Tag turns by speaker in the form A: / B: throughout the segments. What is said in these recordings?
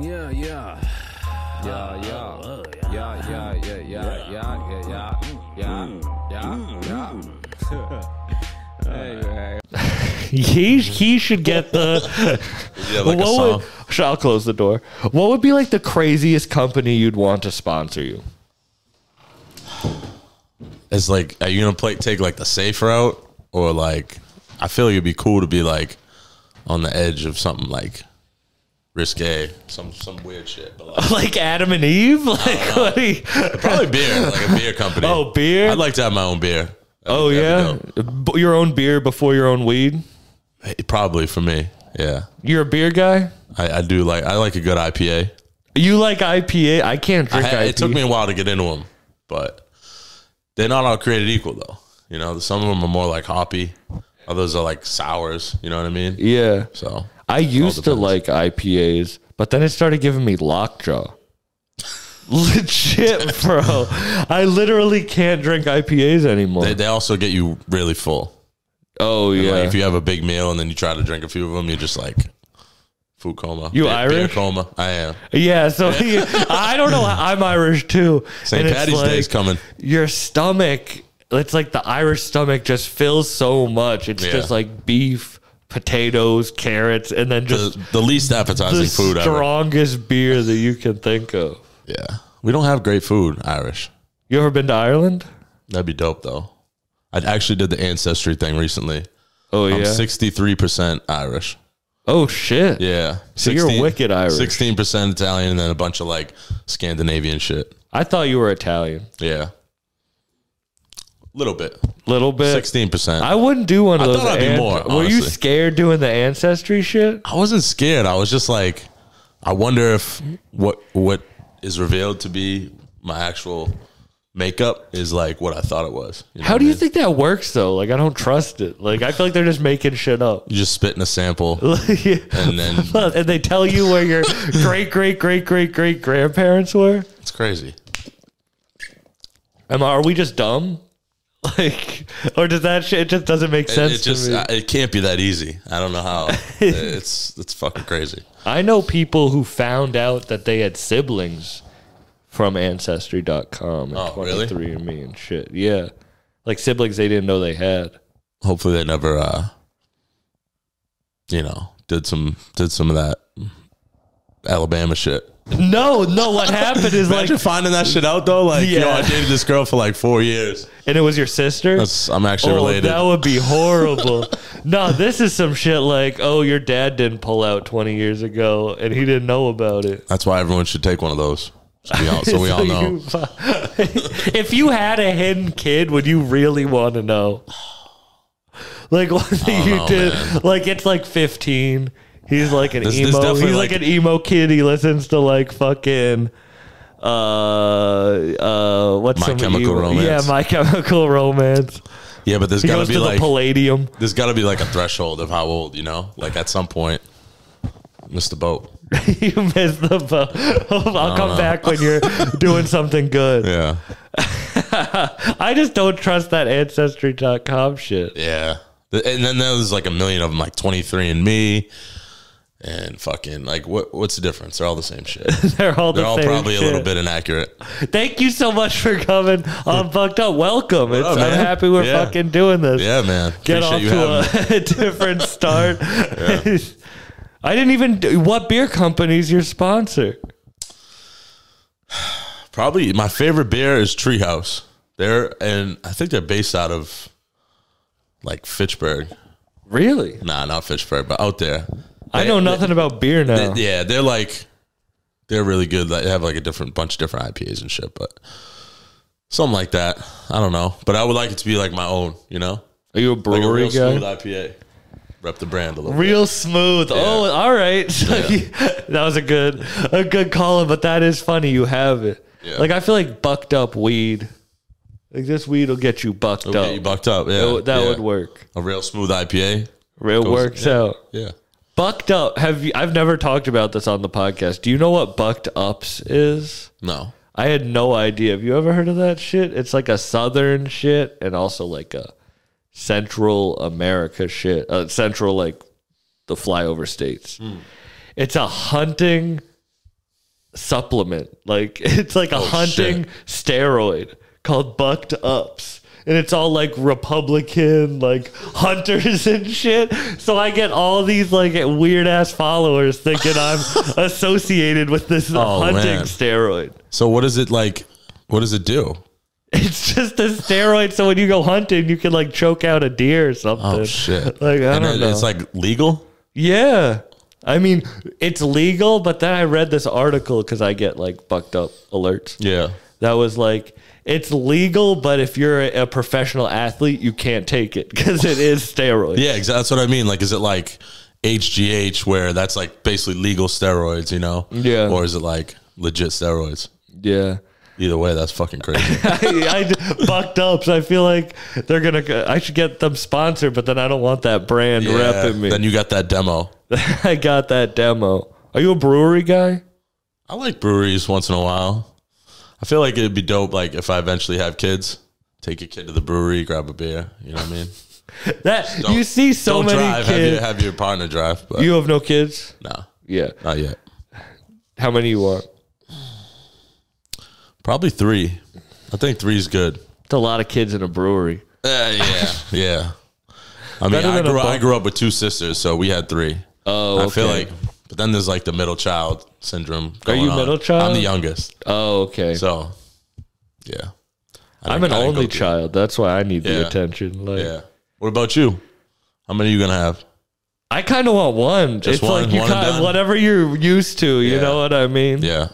A: Yeah, yeah.
B: Yeah, Ah, oh, yeah. Yeah, yeah, yeah, yeah, yeah, yeah, yeah, yeah, yeah, yeah. Anyway.
C: He he should get the.
D: Yeah, like a
C: what
D: song.
C: would, Sh- I'll close the door. What would be like the craziest company you'd want to sponsor you?
D: It's like, are you gonna play take like the safe route or like? I feel like it'd be cool to be like on the edge of something like risque, some some weird shit, but like
C: Like Adam and Eve? Like what do you-
D: probably beer, like a beer company.
C: Oh, beer?
D: I'd like to have my own beer.
C: Oh yeah,
D: that'd
C: B- your own beer before your own weed.
D: Hey, Probably for me. Yeah,
C: You're a beer guy.
D: I, I do like I like a good IPA.
C: You like IPA? I can't drink
D: I-
C: IPA.
D: it took me a while to get into them, but they're not all created equal though. You know, some of them are more like hoppy, others are like sours. You know what I mean?
C: Yeah,
D: So
C: I used to
D: depends.
C: like IPAs, but then it started giving me lockjaw. Legit, bro. I literally can't drink IPAs anymore.
D: they, they also get you really full.
C: oh yeah,
D: Like if you have a big meal and then you try to drink a few of them, you're just like food coma.
C: You
D: beer, beer
C: Irish?
D: coma. I am.
C: yeah. So I don't know. I'm Irish too.
D: St.
C: And it's
D: Patty's Day's
C: like-
D: coming.
C: your stomach it's like the irish stomach just fills so much it's
D: Yeah.
C: just like beef potatoes carrots and then just
D: The, the least appetizing
C: the
D: food ever.
C: strongest beer that you can think of
D: Yeah, we don't have great food Irish.
C: you ever been to ireland
D: That'd be dope though. I actually did the ancestry thing recently.
C: oh yeah
D: I'm 63% Irish.
C: oh shit
D: Yeah.
C: So you're wicked Irish.
D: 16% Italian and then a bunch of like Scandinavian shit.
C: i thought you were italian
D: Yeah. Little bit.
C: little bit
D: 16%.
C: i wouldn't do one of
D: I
C: those
D: thought I'd be
C: an-
D: more,
C: were you
D: honestly.
C: scared doing the ancestry shit
D: I wasn't scared. I was just like, I wonder if what what is revealed to be my actual makeup is like what I thought it was. know
C: how
D: what
C: do
D: I
C: you
D: mean?
C: think that works though like i don't trust it like i feel like they're just making shit up
D: You just spit in a sample and then
C: and they tell you where your great great great great great grandparents were.
D: it's crazy.
C: Am I, are we just dumb? Like, or does that shit? It just doesn't make
D: It,
C: sense
D: it just
C: to me.
D: I, it can't be that easy. I don't know how. it's it's fucking crazy.
C: I know people who found out that they had siblings from ancestry.com and
D: Oh, really?
C: 23 and me and shit. Yeah. Like siblings they didn't know they had.
D: hopefully they never uh you know did some did some of that alabama shit
C: No, no, what happened is like
D: imagine finding that shit out though like you know i
C: Yeah.
D: dated this girl for like four years Oh,
C: and it was your sister?
D: That's, i'm actually related
C: Oh, That would be horrible. no, this is some shit like, oh, your dad didn't pull out 20 years ago and he didn't know about it.
D: that's why everyone should take one of those so we all, so we all know
C: you- if you had a hidden kid, would you really want to know? Like what you
D: know,
C: did?
D: man.
C: Like it's like 15. He's like an
D: This- this
C: emo.
D: definitely
C: he's like,
D: like-
C: an emo kid. He listens to like fucking. Uh, uh, what's
D: My
C: some
D: Chemical
C: emo-
D: Romance.
C: Yeah, my chemical romance.
D: yeah but there's
C: He
D: gotta
C: goes
D: be
C: to
D: like
C: the Palladium.
D: there's gotta be like a threshold of how old you know like at some point missed the boat
C: you missed the boat. I'll come
D: know.
C: back when you're doing something good.
D: yeah
C: I just don't trust that ancestry.com shit.
D: Yeah. Th- And then there's like a million of them, like 23 and me and fucking like what what's the difference? They're all the same shit.
C: They're all the
D: They're all
C: same
D: probably a little
C: shit.
D: bit inaccurate.
C: Thank you so much for coming on Fucked Up. Welcome. It's,
D: up,
C: I'm
D: Oh, man?
C: happy we're
D: Yeah.
C: fucking doing this.
D: Yeah, man.
C: Get
D: Appreciate
C: off
D: you having me.
C: to a different start. I didn't even. Do, what beer company's your sponsor?
D: Probably my favorite beer is Treehouse. They're and I think they're based out of like Fitchburg.
C: Really?
D: Nah, not Fitchburg, but out there.
C: I know nothing about beer now.
D: Yeah, they're like they're really good. Like, They have like a different bunch of different IPAs and shit, but something like that. I don't know, but I would like it to be like my own. You know,
C: Are you a
D: like a
C: brewery
D: real
C: guy?
D: smooth IPA. Rep the brand a little. bit.
C: Real smooth. Oh, all right. So you- that was a good, a good call, but that is funny. You have it.
D: Yeah.
C: Like I feel like bucked up weed. Like this weed will get you bucked
D: It'll
C: up.
D: get you bucked up. Yeah,
C: That would- that
D: yeah.
C: would work.
D: A real smooth IPA.
C: Real works out.
D: Yeah.
C: Bucked up. Have you, I've never talked about this on the podcast. Do you know what bucked ups is?
D: No.
C: I had no idea. Have you ever heard of that shit? It's like a southern shit and also like a Central America shit. Uh, Central like the flyover states. It's a hunting supplement. Like it's like a hunting steroid called Bucked Ups. And it's all like Republican, like hunters and shit. So I get all these like weird ass followers thinking I'm associated with this hunting
D: man.
C: steroid.
D: So what is it like? What does it do?
C: It's just a steroid. So when you go hunting, you can like choke out a deer or something.
D: Oh shit!
C: Like, I
D: And
C: don't
D: it-
C: know.
D: It's like legal.
C: Yeah. I mean, it's legal, but then I read this article because I get like bucked up alerts.
D: Yeah.
C: That was like, it's legal, but if you're a, a professional athlete, you can't take it because it is steroids.
D: Yeah, exactly. That's what I mean. Like, is it like HGH where that's like basically legal steroids, you know?
C: Yeah.
D: Or is it like legit steroids?
C: Yeah.
D: Either way, that's fucking crazy.
C: I, I bucked up, so I feel like they're going to, I should get them sponsored, but then I don't want that brand
D: Yeah.
C: repping me.
D: Then you got that demo.
C: I got that demo. Are you a brewery guy?
D: I like breweries once in a while. I feel like it'd be dope, like if I eventually have kids, take a kid to the brewery, grab a beer. You know what I mean?
C: That
D: Don't-
C: You see so
D: Don't
C: many
D: drive. Have,
C: kids.
D: your, have your partner drive, but
C: you have no kids?
D: no,
C: Yeah.
D: not yet.
C: How many you want?
D: Probably three. I think three's good.
C: It's a lot of kids in a brewery.
D: Uh, yeah, yeah. I mean,
C: Better
D: I
C: than a
D: grew, I
C: bump.
D: grew up with two sisters, so we had three.
C: Oh,
D: I feel
C: okay.
D: like, but then there's like the middle child syndrome. Going
C: you
D: on.
C: middle child?
D: I'm the youngest,
C: Oh, okay.
D: so yeah. I
C: I'm an
D: didn't- I didn't
C: only
D: go through-
C: child. That's why I need
D: Yeah.
C: the attention. Like,
D: Yeah. What about you? How many are you gonna have?
C: I kind of want one. it's
D: Just one,
C: like you
D: one and
C: kind
D: done?
C: whatever you're used to. You
D: Yeah.
C: know what I mean?
D: Yeah.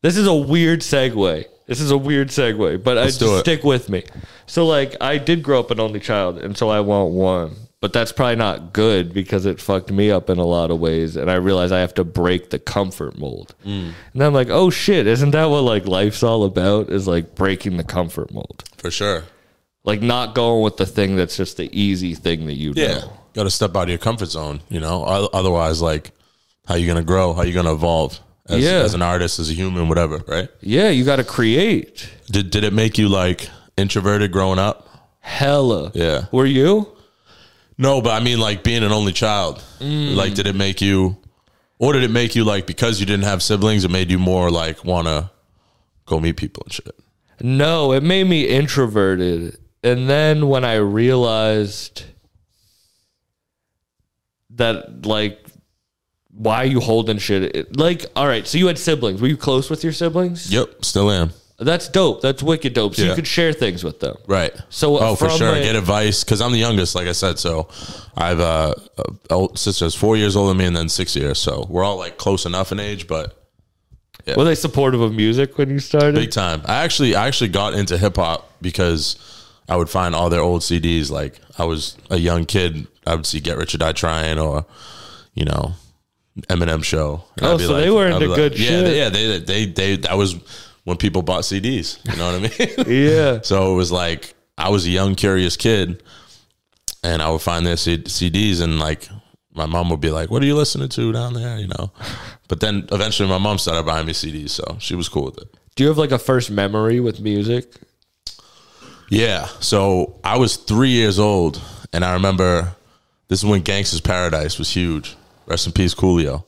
C: This is a weird segue. This is a weird segue, but I
D: Let's
C: just
D: do it.
C: stick with me. So, like, I did grow up an only child, and so I want one. But that's probably not good because it fucked me up in a lot of ways, and I realized I have to break the comfort mold.
D: Mm.
C: And I'm like, oh shit, isn't that what like life's all about? Is like breaking the comfort mold.
D: For sure.
C: like not going with the thing that's just the easy thing that you
D: Yeah.
C: know.
D: Got to step out of your comfort zone. You know, O- otherwise, like, how you gonna grow? How you gonna evolve? As,
C: Yeah.
D: as an artist, as a human, whatever, right?
C: Yeah, you got to create.
D: Did did it make you like introverted growing up?
C: Hella.
D: Yeah.
C: Were you?
D: No, but I mean, like being an only child.
C: Mm.
D: Like, did it make you, or did it make you like because you didn't have siblings, it made you more like want to go meet people and shit?
C: No, it made me introverted. And then when I realized that like why are you holding shit? It- like, all right, so you had siblings. Were you close with your siblings?
D: Yep, still am.
C: That's dope. That's wicked dope. So you
D: Yeah.
C: could share things with them.
D: Right.
C: So, uh,
D: oh, for
C: from
D: sure,
C: a-
D: get advice because I'm the youngest, like I said. So, uh, I have a, a old sister that's oh, four years older than me, and then six years. So we're all like close enough in age, but
C: Were they supportive of music when you started?
D: Big time. I actually I actually got into hip hop because I would find all their old CDs. Like I was a young kid, I would see Get Rich or Die Trying or you know Eminem show. And
C: Oh,
D: I'd be
C: so they were
D: I'd be
C: into good
D: yeah,
C: shit.
D: They, yeah, they, they they that was when people bought CDs. You know what I mean?
C: yeah.
D: so it was like I was a young curious kid, and I would find their C- CDs and like. My mom would be like, "What are you listening to down there?" You know, but then eventually my mom started buying me CDs, so she was cool with it.
C: Do you have like a first memory with music?
D: Yeah. So I was three years old, and I remember this is when Gangsta's Paradise was huge. Rest in peace, Coolio.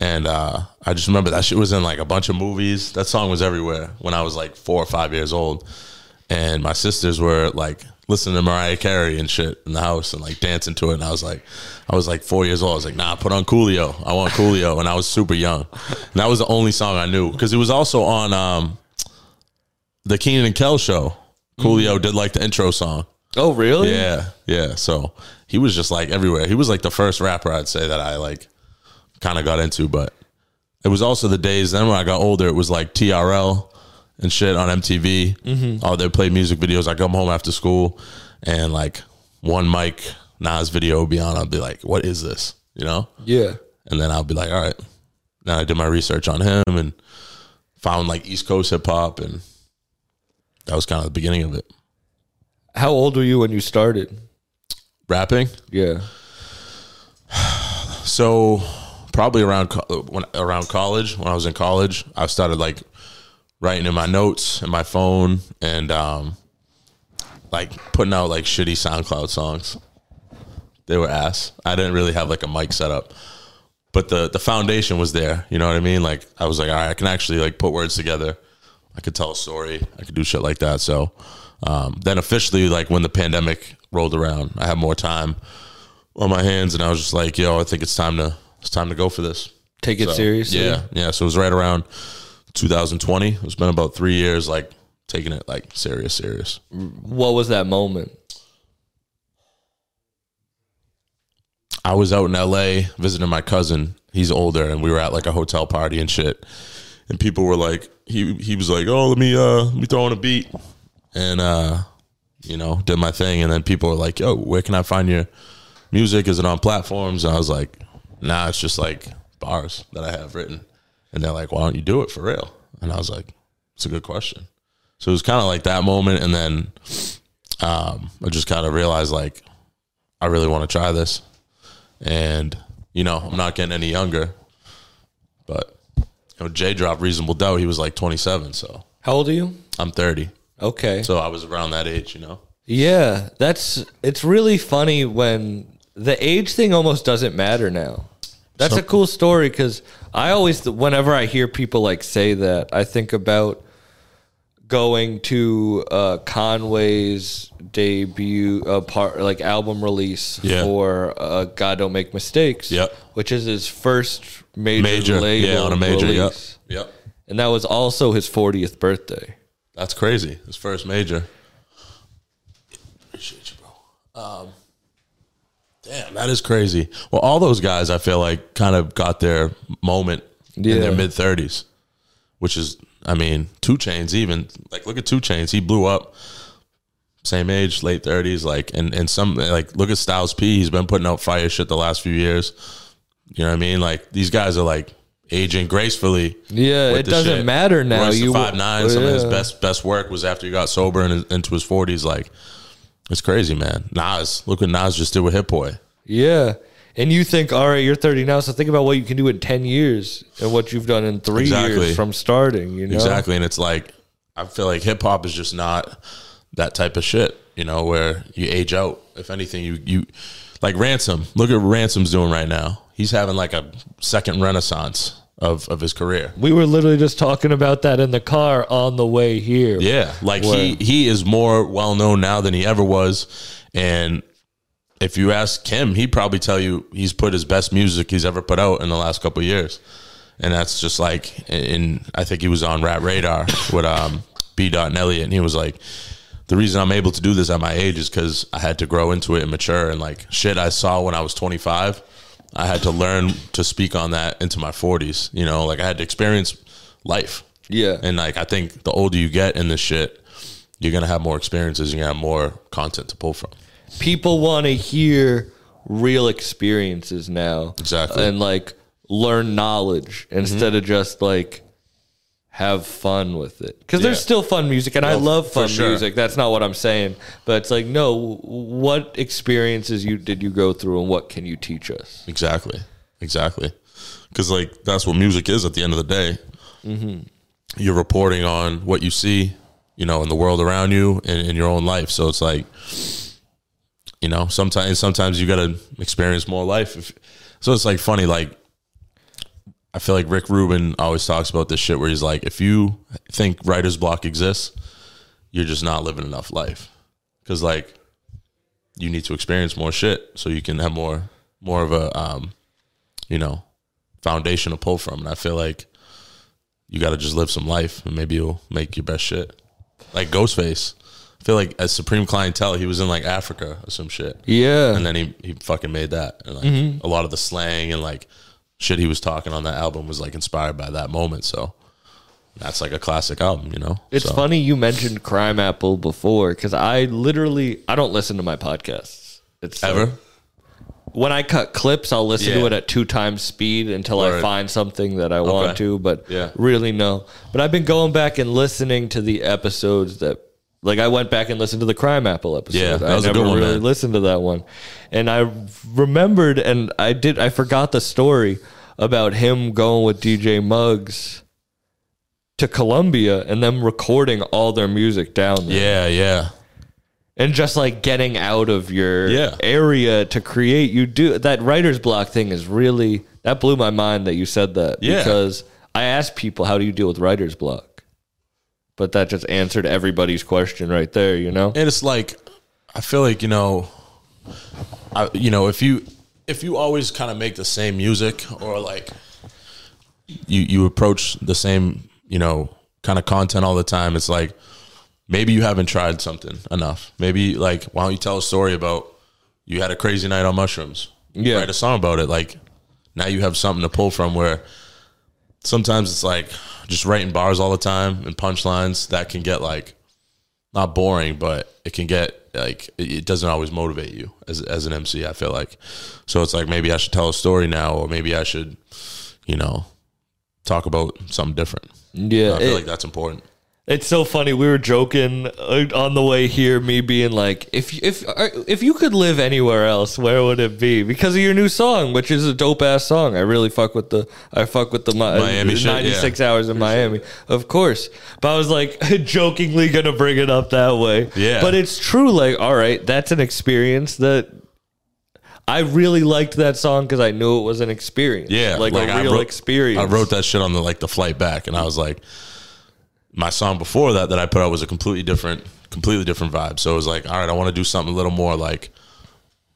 D: And uh, I just remember that shit was in like a bunch of movies. That song was everywhere when I was like four or five years old. And my sisters were like listening to Mariah Carey and shit in the house and like dancing to it. And I was like, I was like four years old. I was like, nah, put on Coolio. I want Coolio. And I was super young. And that was the only song I knew because it was also on um, the Keenan and Kel show. Coolio did like the intro song.
C: Oh, really?
D: Yeah, yeah. So he was just like everywhere. He was like the first rapper I'd say that I like kind of got into, but it was also the days then when I got older, it was like TRL and shit on MTV. Oh, they played music videos. I come home after school and like one Mike Nas video would be on. I'd be like, what is this? You know?
C: Yeah.
D: And then I'll be like, all right. Now I did my research on him and found like East Coast hip hop. And that was kind of the beginning of it.
C: How old were you when you started?
D: Rapping.
C: Yeah.
D: So probably around co- uh, when, around college, when I was in college, I started like writing in my notes and my phone and um, like putting out like shitty SoundCloud songs. They were ass. I didn't really have like a mic set up, but the the foundation was there. You know what I mean? Like I was like, all right, I can actually like put words together. I could tell a story. I could do shit like that. So um, then officially, like when the pandemic rolled around, I had more time on my hands, and I was just like, yo, I think it's time to it's time to go for this.
C: Take it
D: So,
C: seriously.
D: Yeah, yeah. So it was right around 2020. It's been about three years, like taking it like serious, serious.
C: What was that moment?
D: I was out in LA visiting my cousin. He's older, and we were at like a hotel party and shit. And people were like, he he was like, oh, let me uh, let me throw on a beat, and uh, you know, did my thing. And then people were like, yo, where can I find your music? Is it on platforms? And I was like, nah, it's just like bars that I have written. And they're like, why don't you do it for real? And I was like, it's a good question. So it was kind of like that moment, and then um, I just kind of realized like I really want to try this and you know I'm not getting any younger. But you know, Jay dropped Reasonable Doubt. He was like 27, so
C: How old are you?
D: I'm 30,
C: Okay.
D: so I was around that age, you know.
C: yeah, that's it's really funny when the age thing almost doesn't matter now. That's a cool story because I always, whenever I hear people like say that, I think about going to uh, Conway's debut uh, part, like album release
D: Yeah.
C: for uh, "God Don't Make Mistakes,"
D: Yep.
C: which is his first major,
D: Major,
C: label
D: yeah, on a major, yep,
C: release.
D: yep.
C: and that was also his 40th birthday.
D: That's crazy. His first major. Appreciate you, bro. Um, damn, that is crazy. Well, all those guys, I feel like, kind of got their moment in
C: Yeah.
D: their mid thirties, which is, I mean, Two Chains. Even like, look at Two Chains. He blew up. Same age, late thirties, like, and and some like, look at Styles P. He's been putting out fire shit the last few years. You know what I mean? Like these guys are like aging gracefully.
C: Yeah,
D: with
C: it
D: the
C: doesn't
D: shit.
C: matter now.
D: Royce
C: You Oh,
D: you five nine. Some of his
C: yeah.
D: best best work was after he got sober and into his forties. Like it's crazy, man. Nas, look what Nas just did with Hip Boy.
C: Yeah. And you think, all right, you're 30 now, so think about what you can do in 10 years and what you've done in three
D: Exactly.
C: years from starting, you know?
D: Exactly, and it's like I feel like hip hop is just not that type of shit. You know, where you age out. If anything, you you like Ransom. Look at what Ransom's doing right now. He's having like a second renaissance of of his career.
E: We were literally just talking about that in the car on the way here.
D: Yeah, like he he is more well known now than he ever was, and if you ask him, he'd probably tell you he's put his best music he's ever put out in the last couple of years, and that's just like in I think he was on Rat Radar with um B. Dot and Elliot, and he was like. The reason I'm able to do this at my age is because I had to grow into it and mature, and like shit I saw when I was 25, I had to learn to speak on that into my 40s. You know, like I had to experience life.
C: Yeah.
D: And like I think the older you get in this shit, you're gonna have more experiences, you're gonna have more content to pull from.
C: People want to hear real experiences now.
D: Exactly. Mm-hmm.
C: And like learn knowledge instead of just like have fun with it. Because there's
D: Yeah.
C: still fun music, and I love fun
D: sure.
C: music. That's not what I'm saying. But it's like, no, what experiences you did you go through and what can you teach us?
D: Exactly. Exactly. Cause like that's what music is at the end of the day. You're reporting on what you see, you know, in the world around you and in your own life. So it's like, you know, sometimes sometimes you gotta experience more life. If, so it's like funny, like I feel like Rick Rubin always talks about this shit where he's like, if you think writer's block exists, you're just not living enough life. Cause like you need to experience more shit so you can have more more of a um you know foundation to pull from and i feel like you got to just live some life and maybe you'll make your best shit like ghostface i feel like as supreme clientele he was in like africa or some shit
C: Yeah.
D: and then he, he fucking made that and like a lot of the slang and like shit he was talking on that album was like inspired by that moment so that's like a classic album you know
C: It's
D: So,
C: funny you mentioned Crime Apple before because I literally I don't listen to my podcasts. It's like-
D: ever
C: when I cut clips, I'll listen to
D: Yeah.
C: it at two times speed until I
D: Word.
C: find something that I want
D: Okay.
C: to. But
D: Yeah.
C: really no. But I've been going back and listening to the episodes that like I went back and listened to the Crime Apple episode.
D: Yeah, that was
C: I
D: a
C: never
D: good one,
C: really
D: man.
C: listened to that one, and I remembered and I did I forgot the story about him going with DJ Muggs. To Columbia and them recording all their music down there
D: yeah yeah
C: and just like getting out of your
D: Yeah.
C: area to create you do that writer's block thing is really That blew my mind that you said that
D: Yeah.
C: because I asked people, how do you deal with writer's block? But that just answered everybody's question right there, you know?
D: and it's like I feel like you know, I, you know if you if you always kind of make the same music or like you you approach the same you know kind of content all the time, it's like maybe you haven't tried something enough. Maybe like why don't you tell a story about you had a crazy night on mushrooms?
C: Yeah.
D: write a song about it. Like now you have something to pull from where. Sometimes it's like just writing bars all the time and punchlines that can get like not boring, but it can get like it it doesn't always motivate you as as an MC. I feel like so it's like maybe I should tell a story now, or maybe I should, you know, talk about something different.
C: Yeah.
D: I feel
C: it-
D: like that's important.
C: It's so funny. We were joking uh, on the way here, me being like, "If if uh, if you could live anywhere else, where would it be?" Because of your new song, which is a dope ass song. I really fuck with the I fuck with the
D: Miami shit, yeah.
C: ninety six hours in Miami, of course. But I was like jokingly gonna bring it up that way.
D: Yeah.
C: But it's true. Like, all right, that's an experience that. I really liked that song because I knew it was an experience.
D: Yeah,
C: like, a
D: I
C: real
D: wrote-
C: experience.
D: I wrote that shit on the like the flight back, and I was like, my song before that that I put out was a completely different, completely different vibe. So it was like, all right, I want to do something a little more like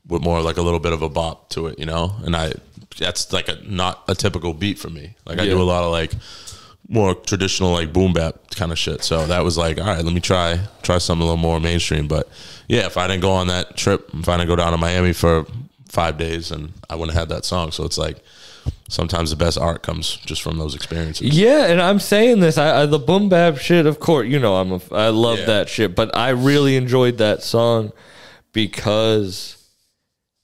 D: with more like a little bit of a bop to it, you know. And I that's like a not a typical beat for me. Like I do a lot of like more traditional like boom bap kind of shit. So that was like, all right, let me try try something a little more mainstream. But yeah, if I didn't go on that trip, if I didn't go down to Miami for five days, and I wouldn't have had that song. So it's like sometimes the best art comes just from those experiences.
C: Yeah, and I'm saying this. I, I the boom bap shit. Of course, you know I'm. A, I love
D: Yeah.
C: that shit, but I really enjoyed that song because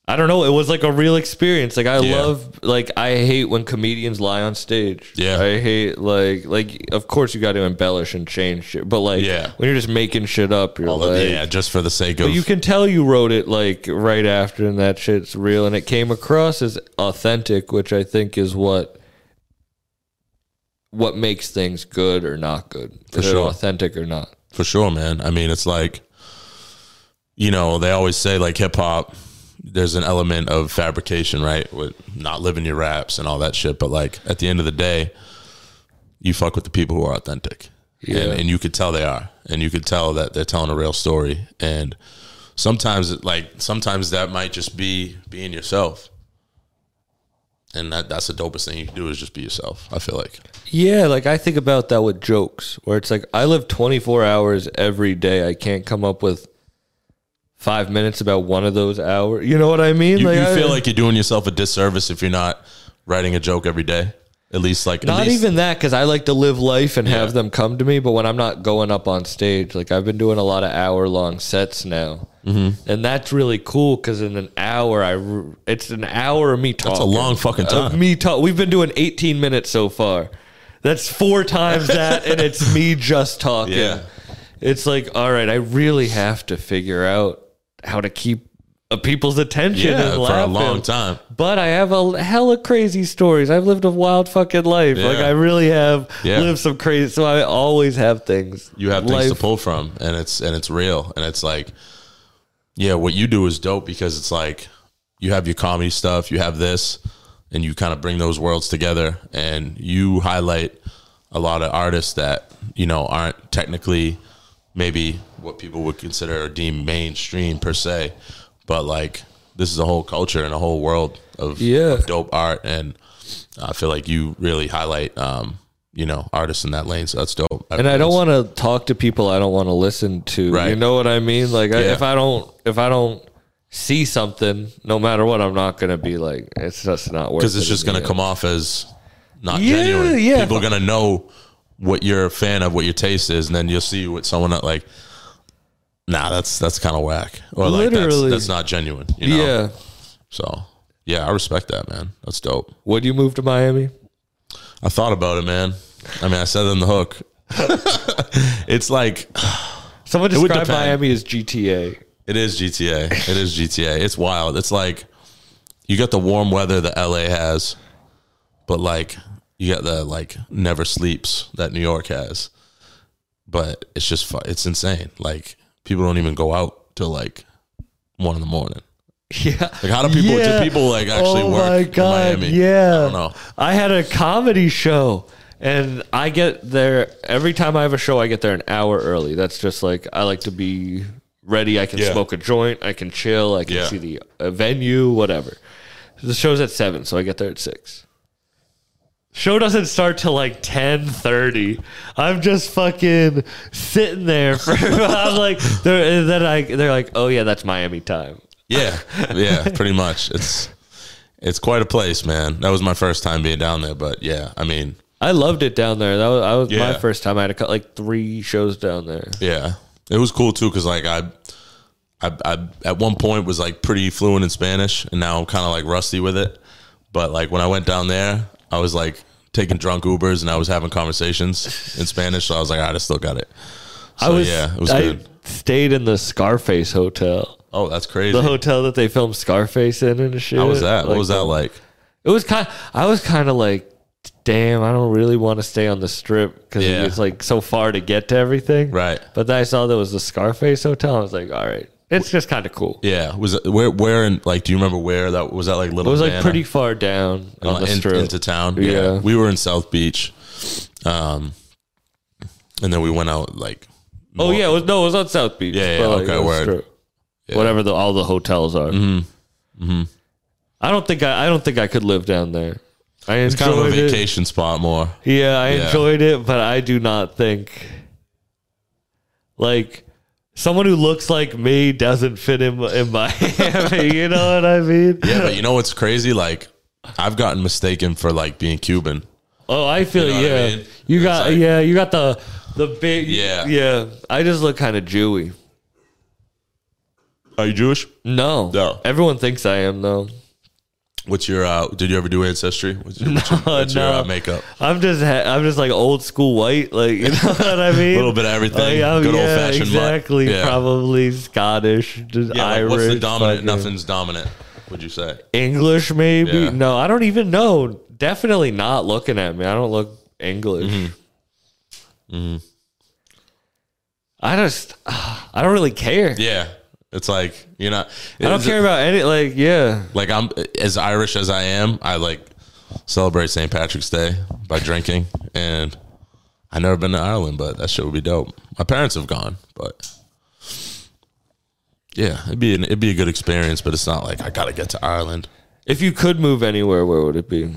C: I don't know. It was like a real experience. Like I
D: Yeah.
C: love. Like I hate when comedians lie on stage.
D: Yeah.
C: I hate like like. Of course, you got to embellish and change shit, but like
D: Yeah.
C: when you're just making shit up, you're
D: Although,
C: like.
D: yeah, just for the sake of
C: But you can tell you wrote it like right after, and that shit's real, and it came across as authentic, which I think is what what makes things good or not good. For
D: sure.
C: authentic or not.
D: For sure, man. I mean, it's like, you know, they always say like hip hop, there's an element of fabrication, right? With not living your raps and all that shit. But like at the end of the day, you fuck with the people who are authentic. And, and you could tell they are. And you could tell that they're telling a real story. And sometimes, it- like, sometimes that might just be being yourself. And that, that's the dopest thing you can do is just be yourself, I feel like.
C: Yeah, like I think about that with jokes, where it's like I live 24 hours every day. I can't come up with five minutes about one of those hours. You know what I mean?
D: You, you
C: I-
D: feel like you're doing yourself a disservice if you're not writing a joke every day. At least, like, at
C: Not
D: least-
C: even that, because I like to live life and have them come to me. But when I'm not going up on stage, like I've been doing a lot of hour long sets now, mm-hmm. and that's really cool. Because in an hour, I r- it's an hour of me talking.
D: It's a long fucking
C: of
D: time.
C: me talk. We've been doing 18 minutes so far. That's four times that, and it's me just talking.
D: Yeah.
C: It's like, all right, I really have to figure out how to keep uh, people's attention
D: Yeah,
C: and
D: for a
C: laugh
D: long
C: and-
D: time.
C: but I have a hella crazy stories. I've lived a wild fucking life. Like
D: Yeah.
C: I really have
D: Yeah.
C: lived some crazy. So I always have things.
D: You have things to
C: Life-
D: pull from, and it's and it's real, and it's like, yeah, what you do is dope because it's like you have your comedy stuff, you have this, and you kind of bring those worlds together, and you highlight a lot of artists that you know aren't technically maybe what people would consider or deem mainstream per se, but like this is a whole culture and a whole world of
C: Yeah.
D: dope art, and I feel like you really highlight, um, you know, artists in that lane. So that's dope.
C: And I don't want to talk to people I don't want to listen to. You
D: Right.
C: know what I mean? Like I,
D: Yeah.
C: if I don't if I don't see something, no matter what, I'm not gonna be like it's just not worth.
D: because
C: it
D: it's
C: to
D: just
C: me.
D: going to come off as not
C: Yeah,
D: genuine.
C: yeah.
D: People are going to know what you're a fan of, what your taste is, and then you'll see what someone that like, nah, that's that's kind of whack, or like
C: Literally.
D: that's that's not genuine. You know?
C: Yeah.
D: So yeah, I respect that, man. That's dope.
C: Would you move to Miami?
D: I thought about it, man. I mean, I said it in the hook. it's like
C: Someone
D: would
C: described
D: depend.
C: Miami as GTA.
D: It is GTA. It is GTA. It's wild. It's like you got the warm weather that LA has, but like you got the like never sleeps that New York has. But it's just fu- it's insane. Like people don't even go out till like one in the morning.
C: Yeah.
D: Like, how do people?
C: Yeah.
D: Do people like actually
C: oh
D: work
C: my God,
D: in Miami?
C: Yeah.
D: I don't know.
C: I had a comedy show and I get there every time I have a show I get there an hour early. That's just like I like to be ready. I can
D: Yeah.
C: smoke a joint, I can chill, I can
D: Yeah.
C: see the uh, venue, whatever. The show's at 7, so I get there at 6. Show doesn't start till like 10:30. I'm just fucking sitting there for I'm like they're, and then I they're like, "Oh yeah, that's Miami time."
D: Yeah, yeah, pretty much. It's it's quite a place, man. That was my first time being down there, but yeah, I mean,
C: I loved it down there. That was, I was my
D: Yeah.
C: first time. I had to cut like three shows down there.
D: yeah, it was cool too because like I, I, I at one point was like pretty fluent in Spanish, and now I'm kind of like rusty with it. But like when I went down there, I was like taking drunk Ubers and I was having conversations in Spanish, so I was like, "All right, I still got it. So
C: I was.
D: yeah, it was
C: I
D: good.
C: stayed in the Scarface hotel,
D: Oh, that's
C: the
D: crazy.
C: hotel that they filmed Scarface in and shit.
D: How was that? What was that
C: the-
D: like?
C: It was kind. I was kind of like, damn, I don't really want to stay on the strip because
D: Yeah.
C: it's like so far to get to everything.
D: Right.
C: But then I saw there was the Scarface hotel. I was like, all right, it's just kind of cool.
D: Yeah, was it where where and like do you remember where that was that like little
C: It was like
D: Havana?
C: pretty far down on the
D: in-
C: strip.
D: into town.
C: Yeah.
D: Yeah. we were in South Beach, um, and then we went out like.
C: oh yeah, it was, no, it was on South Beach.
D: Yeah, yeah,
C: but,
D: okay,
C: it was
D: word. Yeah. Mm-hmm.
C: Whatever the all the hotels are. I don't think I, I don't think I could live down there. I
D: it's kind of a
C: enjoyed it.
D: vacation spot more.
C: Yeah, I
D: Yeah.
C: enjoyed it, but I do not think like someone who looks like me doesn't fit in in Miami. you know what I mean?
D: Yeah, but you know what's crazy? Like, I've gotten mistaken for like being Cuban.
C: Oh, I feel
D: know what
C: yeah.
D: I mean?
C: You
D: It's
C: got
D: like-
C: yeah, you got the the big
D: Yeah.
C: yeah. I just look kind of Jewy.
D: Are you Jewish?
C: No,
D: No.
C: Everyone thinks I am though.
D: What's your? uh Did you ever do ancestry? What's your, what's your, what's your,
C: no.
D: uh, makeup?
C: I'm just ha- I'm just like old school white. Like you know what I mean?
D: A little bit of everything.
C: Like, I'm-
D: Good
C: yeah,
D: old fashioned.
C: Exactly. Probably Scottish, just
D: Yeah, like,
C: Irish.
D: what's the dominant?
C: fucking-
D: Nothing's dominant. Would you say?
C: English, maybe?
D: Yeah.
C: No, I don't even know. Definitely not looking at me. I don't look English.
D: Mm-hmm.
C: I just, I don't really care.
D: Yeah, it's like you're not.
C: I don't care about any. Like, yeah,
D: like I'm as Irish as I am. I like celebrate St. Patrick's Day by drinking, and I never been to Ireland, but that shit would be dope. My parents have gone, but yeah, it'd be an, it'd be a good experience. But it's not like I gotta get to Ireland.
C: if you could move anywhere, where would it be?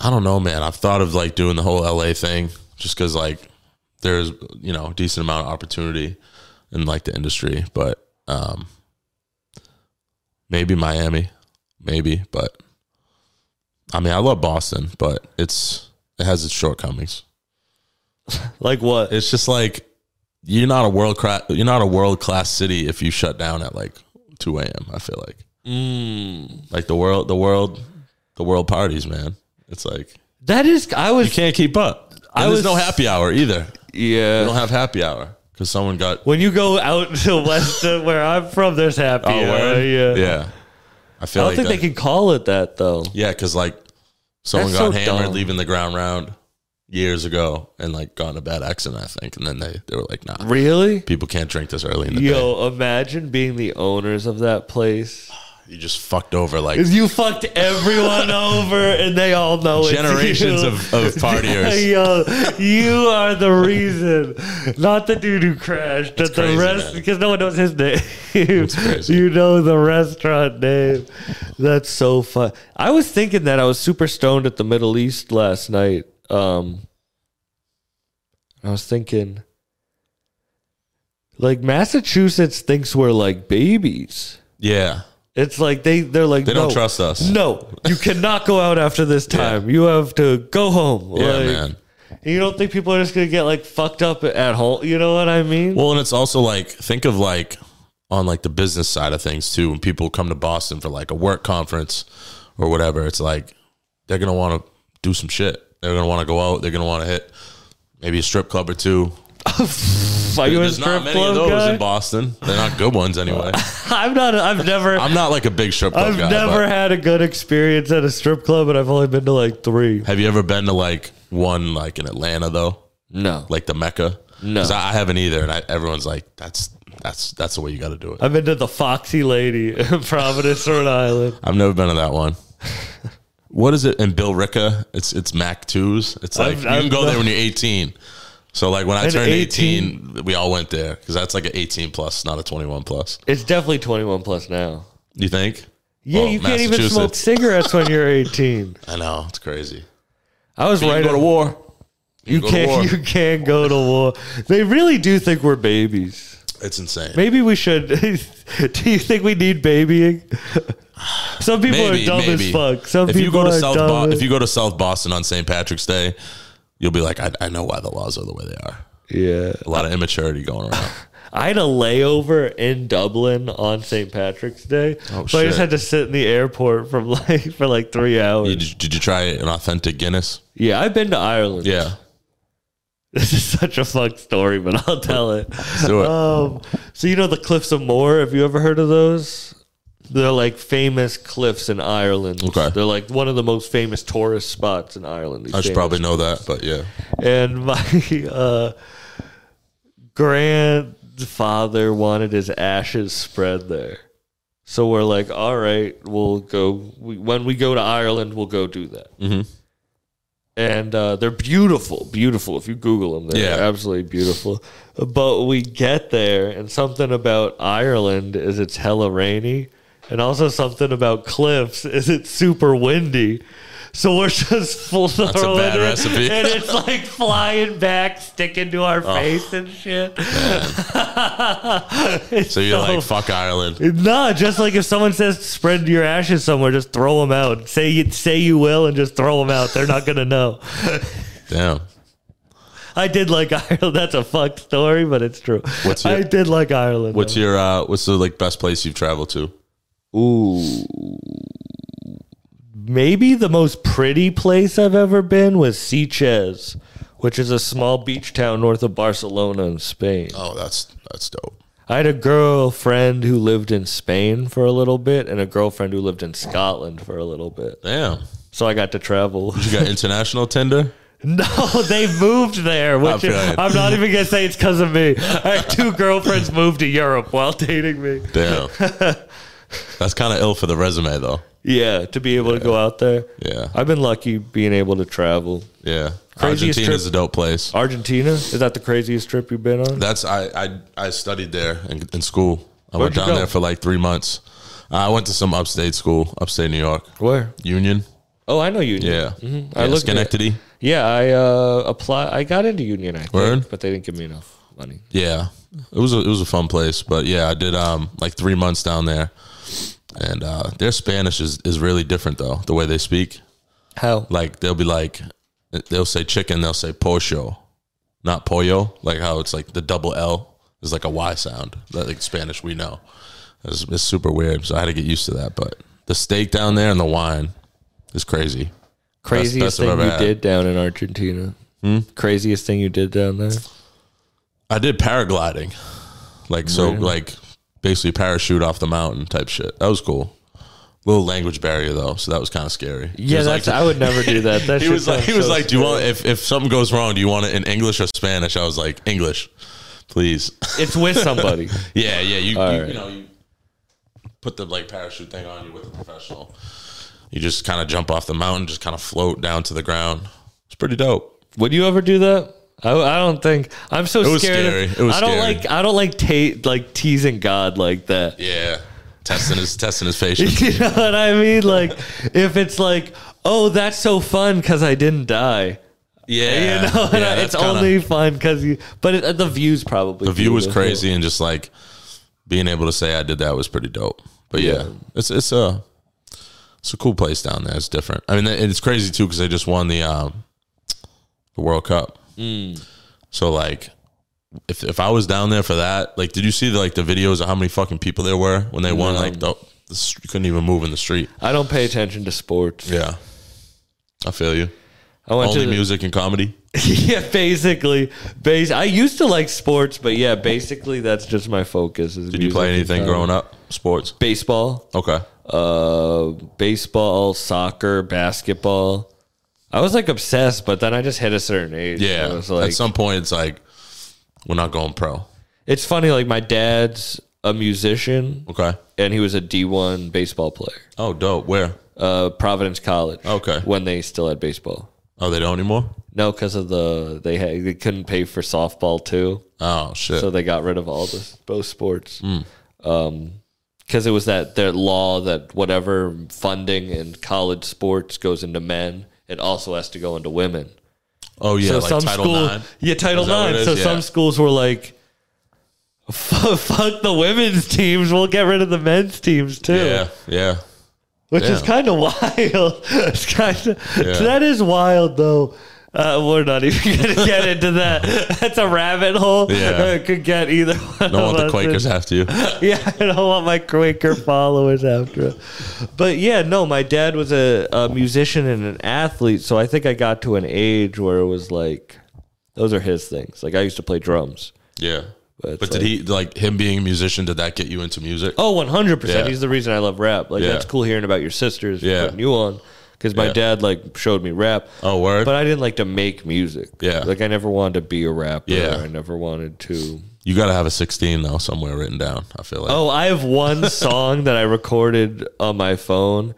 D: I don't know, man. I've thought of like doing the whole LA thing just because like there's you know a decent amount of opportunity in like the industry, but um, maybe Miami, maybe. But I mean, I love Boston, but it's it has its shortcomings.
C: Like what?
D: It's just like you're not a world class you're not a world class city if you shut down at like two a.m. I feel like like the world the world the world parties, man. It's like
C: that is, I was,
D: you can't keep up.
C: I
D: And
C: was-
D: there's no happy hour either. We don't
C: yeah.
D: have happy hour because someone got.
C: When you go out to west of where I'm from, there's happy.
D: Oh,
C: hour,
D: word?
C: yeah.
D: yeah. I
C: I
D: feel
C: don't
D: like
C: think
D: that-
C: they can call it that though.
D: Yeah, because like someone
C: That's
D: got
C: so
D: hammered
C: dumb.
D: leaving the ground round years ago and like got in a bad accident, I think, and then they they were like, nah,
C: Really?
D: people can't drink this early in the day.
C: Yo, imagine being the owners of that place.
D: You just fucked over like
C: Because you fucked everyone over, and they all know it.
D: generations of, of partiers.
C: Yo, you are the reason, not the dude who crashed, but the
D: crazy,
C: rest
D: man.
C: because no one knows his name.
D: crazy.
C: you know the restaurant name. That's so fun. I was thinking that I was super stoned at the Middle East last night. Um, I was thinking, like Massachusetts thinks we're like babies.
D: Yeah,
C: It's like they they're like
D: they don't
C: "No,
D: trust us.
C: No, you cannot go out after this time. You have to go home.
D: Yeah,
C: Like,
D: man.
C: You don't think people are just gonna get like fucked up at home? You know what I mean?
D: Well, and it's also like think of like on like the business side of things too. When people come to Boston for like a work conference or whatever, it's like they're gonna want to do some shit. They're gonna want to go out. They're gonna want to hit maybe a strip club or two.
C: Are you a
D: There's
C: strip
D: not many
C: club
D: of those in
C: guy?
D: Boston. They're not good ones anyway.
C: I'm not. I've never. i
D: I'm not like a big strip club
C: have
D: guy.
C: never
D: but
C: had a good experience at a strip club, and I've only been to like three.
D: have you ever been to like one like in Atlanta though,
A: No.
D: like the Mecca? No, I, I haven't either. And I, everyone's like, that's that's that's the way you got to do it.
C: I've been to the Foxy Lady in Providence, Rhode Island.
D: I've never been to that one. What is it? And Bill Ricka, it's it's Mac twos. It's like
C: I've-
D: you can
C: I've
D: go there
C: not-
D: when you're 18. So like when I
C: And
D: turned 18,
C: 18.
D: we all went there because that's like an 18 plus, not a 21 plus.
A: It's definitely 21 plus now.
D: You think?
C: Yeah,
D: Well,
C: you can't even smoke
D: Massachusetts.
C: cigarettes when you're 18.
D: I know it's crazy.
A: I was
D: You
A: right.
D: can go to
A: at-
D: war.
C: You
D: go to war.
C: can't. You can't go to war. They really do think we're babies.
D: It's insane.
C: Maybe we should. do you think we need babying? Some people are dumb as fuck. Some
D: if
C: people
D: you go to
C: are
D: South
C: dumb.
D: Bo-
C: as-
D: if you go to South Boston on St. Patrick's Day, you'll be like, I, I know why the laws are the way they are.
C: yeah.
D: A lot of immaturity going around.
C: I had a layover in Dublin on St. Patrick's Day,
D: Oh,
C: so I
D: shit.
C: just had to sit in the airport from like for like three hours.
D: did, you, did you try an authentic Guinness?
A: Yeah, I've been to Ireland.
D: Yeah,
C: This is such a fuck story, but I'll tell it.
D: Let's do it.
C: Um, so you know the Cliffs of Moher? Have you ever heard of those? They're like famous cliffs in Ireland.
D: Okay.
C: They're like one of the most famous tourist spots in Ireland. these
D: I should
C: famous
D: probably know that, but yeah.
C: and my uh, grandfather wanted his ashes spread there. So we're like, all right, we'll go. We, when we go to Ireland, we'll go do that. Mm-hmm. And uh, they're beautiful, beautiful. If you Google them, they're
D: Yeah.
C: absolutely beautiful. But we get there, and something about Ireland is it's hella rainy, and also something about cliffs is it's super windy. So we're just full
D: That's a bad recipe. Oh.
C: and it's like flying back, sticking to our face and shit.
D: So you're like, fuck Ireland.
C: nah, just like if someone says spread your ashes somewhere, just throw them out. Say you say you will, and just throw them out. They're not gonna know.
D: Damn.
C: I did like Ireland. That's a fucked story, but it's true.
D: What's your-
C: I did like Ireland.
D: What's
C: though.
D: your uh, what's the like best place you've traveled to?
A: Ooh.
C: maybe the most pretty place I've ever been was Sitges, which is a small beach town north of Barcelona in Spain.
D: Oh, that's that's dope.
C: I had a girlfriend who lived in Spain for a little bit and a girlfriend who lived in Scotland for a little bit.
D: Damn.
C: So I got to travel.
D: You got international Tinder?
C: No, they moved there, which
D: feel it.
C: I'm not even going to say it's because of me. I had two girlfriends moved to Europe while dating me.
D: Damn. that's kind of ill for the resume though.
C: Yeah, to be able to go out there.
D: Yeah.
C: I've been lucky being able to travel.
D: Yeah.
C: Craziest
D: Argentina's
C: trip-
D: a dope place.
C: Argentina? Is that the craziest trip you've been on?
D: That's I I, I studied there in, in school. I
C: Where'd
D: went
C: you
D: down
C: go?
D: there for like three months. I went to some upstate school, upstate New York,
C: Where?
D: Union.
C: Oh, I know Union.
D: Yeah,
C: Mm-hmm. I
D: yeah
C: looked at-
D: Schenectady.
C: Yeah, I uh, apply. I got into Union, I think,
D: Word?
A: But they didn't give me enough money.
D: Yeah, it was a, it was a fun place, but yeah, I did um like three months down there, and uh, their Spanish is is really different though the way they speak.
A: How?
D: Like they'll be like they'll say chicken, they'll say pollo, not pollo. Like how it's like the double L is like a Y sound. Like Spanish we know. It's, it's super weird. So I had to get used to that. But the steak down there and the wine is crazy.
A: Craziest
D: best I've
A: thing
D: ever
A: you
D: had.
A: did down in Argentina?
D: Hmm?
A: Craziest thing you did down there?
D: I did paragliding, like so, like basically parachute off the mountain type shit. That was cool. Little language barrier though, so that was kind of scary. He
A: Yeah,
D: was
A: that's.
D: like,
A: I would never do that. That
D: he
A: shit
D: was like,
A: sounds
D: he was
A: so
D: like, do you want if if something goes wrong, do you want it in English or Spanish? I was like, English, please.
C: It's with somebody.
D: yeah, yeah, you you,
A: Alright.
D: you know you put the like parachute thing on you with a professional. You just kind of jump off the mountain, just kind of float down to the ground. It's pretty dope.
C: Would you ever do that? I, I don't think I'm so
D: It was
C: scared.
D: scary.
C: Of,
D: It was
C: I don't
D: scary.
C: like I don't like ta- like teasing God like that.
D: Yeah, testing his testing his patience.
C: You know what I mean? Like if it's like, oh, that's so fun because I didn't die.
D: Yeah,
C: You know,
D: yeah, that's
C: it's
D: kinda-
C: only fun because you. But it, uh, the views probably
D: the view was
C: beautiful.
D: crazy and just like being able to say I did that was pretty dope. But yeah, it's it's a it's a cool place down there. It's different. I mean, and it's crazy too because they just won the um, the World Cup. Hmm. So like, if if I was down there for that, like, did you see the, like the videos of how many fucking people there were when they won? Like, the, the, s- you couldn't even move in the street.
A: I don't pay attention to sports.
D: Yeah, I feel you.
A: I went
D: Only
A: to the-
D: music and comedy.
C: yeah, basically. Base. I used to like sports, but yeah, basically that's just my focus.
D: Did you play anything growing up? Sports.
A: baseball,
D: Okay.
A: uh, baseball, soccer, basketball. I was like obsessed, but then I just hit a certain age.
D: Yeah.
A: I was like,
D: At some point, it's like We're not going pro.
C: It's funny, like my dad's a musician
D: Okay.
C: and he was a D1 baseball player,
D: Oh, dope. Where?
C: uh, Providence College.
D: Okay.
C: When they still had baseball.
D: Oh, they don't anymore.
C: No, because of the they had, they couldn't pay for softball too,
D: Oh shit.
C: so they got rid of all the both sports. Um 'cause because it was that their law that whatever funding in college sports goes into men, it also has to go into women.
D: oh yeah,
F: So
D: like
F: some
D: Title
F: school,
D: IX.
F: yeah, Title
D: Is that what
F: IX.
D: it
F: So
D: is? Yeah.
F: some schools were like, "Fu- "Fuck the women's teams, we'll get rid of the men's teams too,"
D: Yeah, yeah.
F: which is
D: yeah.
F: kind of wild. it's kind of
D: Yeah.
F: that is wild though. Uh, we're not even gonna get into that. That's a rabbit hole.
D: Yeah.
F: that could get either one.
D: Don't
F: of
D: want the
F: us
D: Quakers
F: in.
D: after you.
F: yeah, I don't want my Quaker followers after him. But yeah, no, my dad was a, a musician and an athlete, so I think I got to an age where it was like, those are his things. Like I used to play drums.
D: Yeah. But,
C: it's
D: did he like him being a musician? Did that get you into music?
C: Oh, 100%.
D: Yeah.
C: He's the reason I love rap. Like,
D: Yeah.
C: that's cool hearing about your sisters
D: Yeah.
C: putting you on. Because my
D: Yeah.
C: dad, like, showed me rap.
D: Oh, word.
C: But I didn't like to make music.
D: Yeah.
C: Like, I never wanted to be a rapper.
D: Yeah.
C: I never wanted to.
D: you got to have a 16 though somewhere written down. I feel like.
C: Oh, I have one song that I recorded on my phone,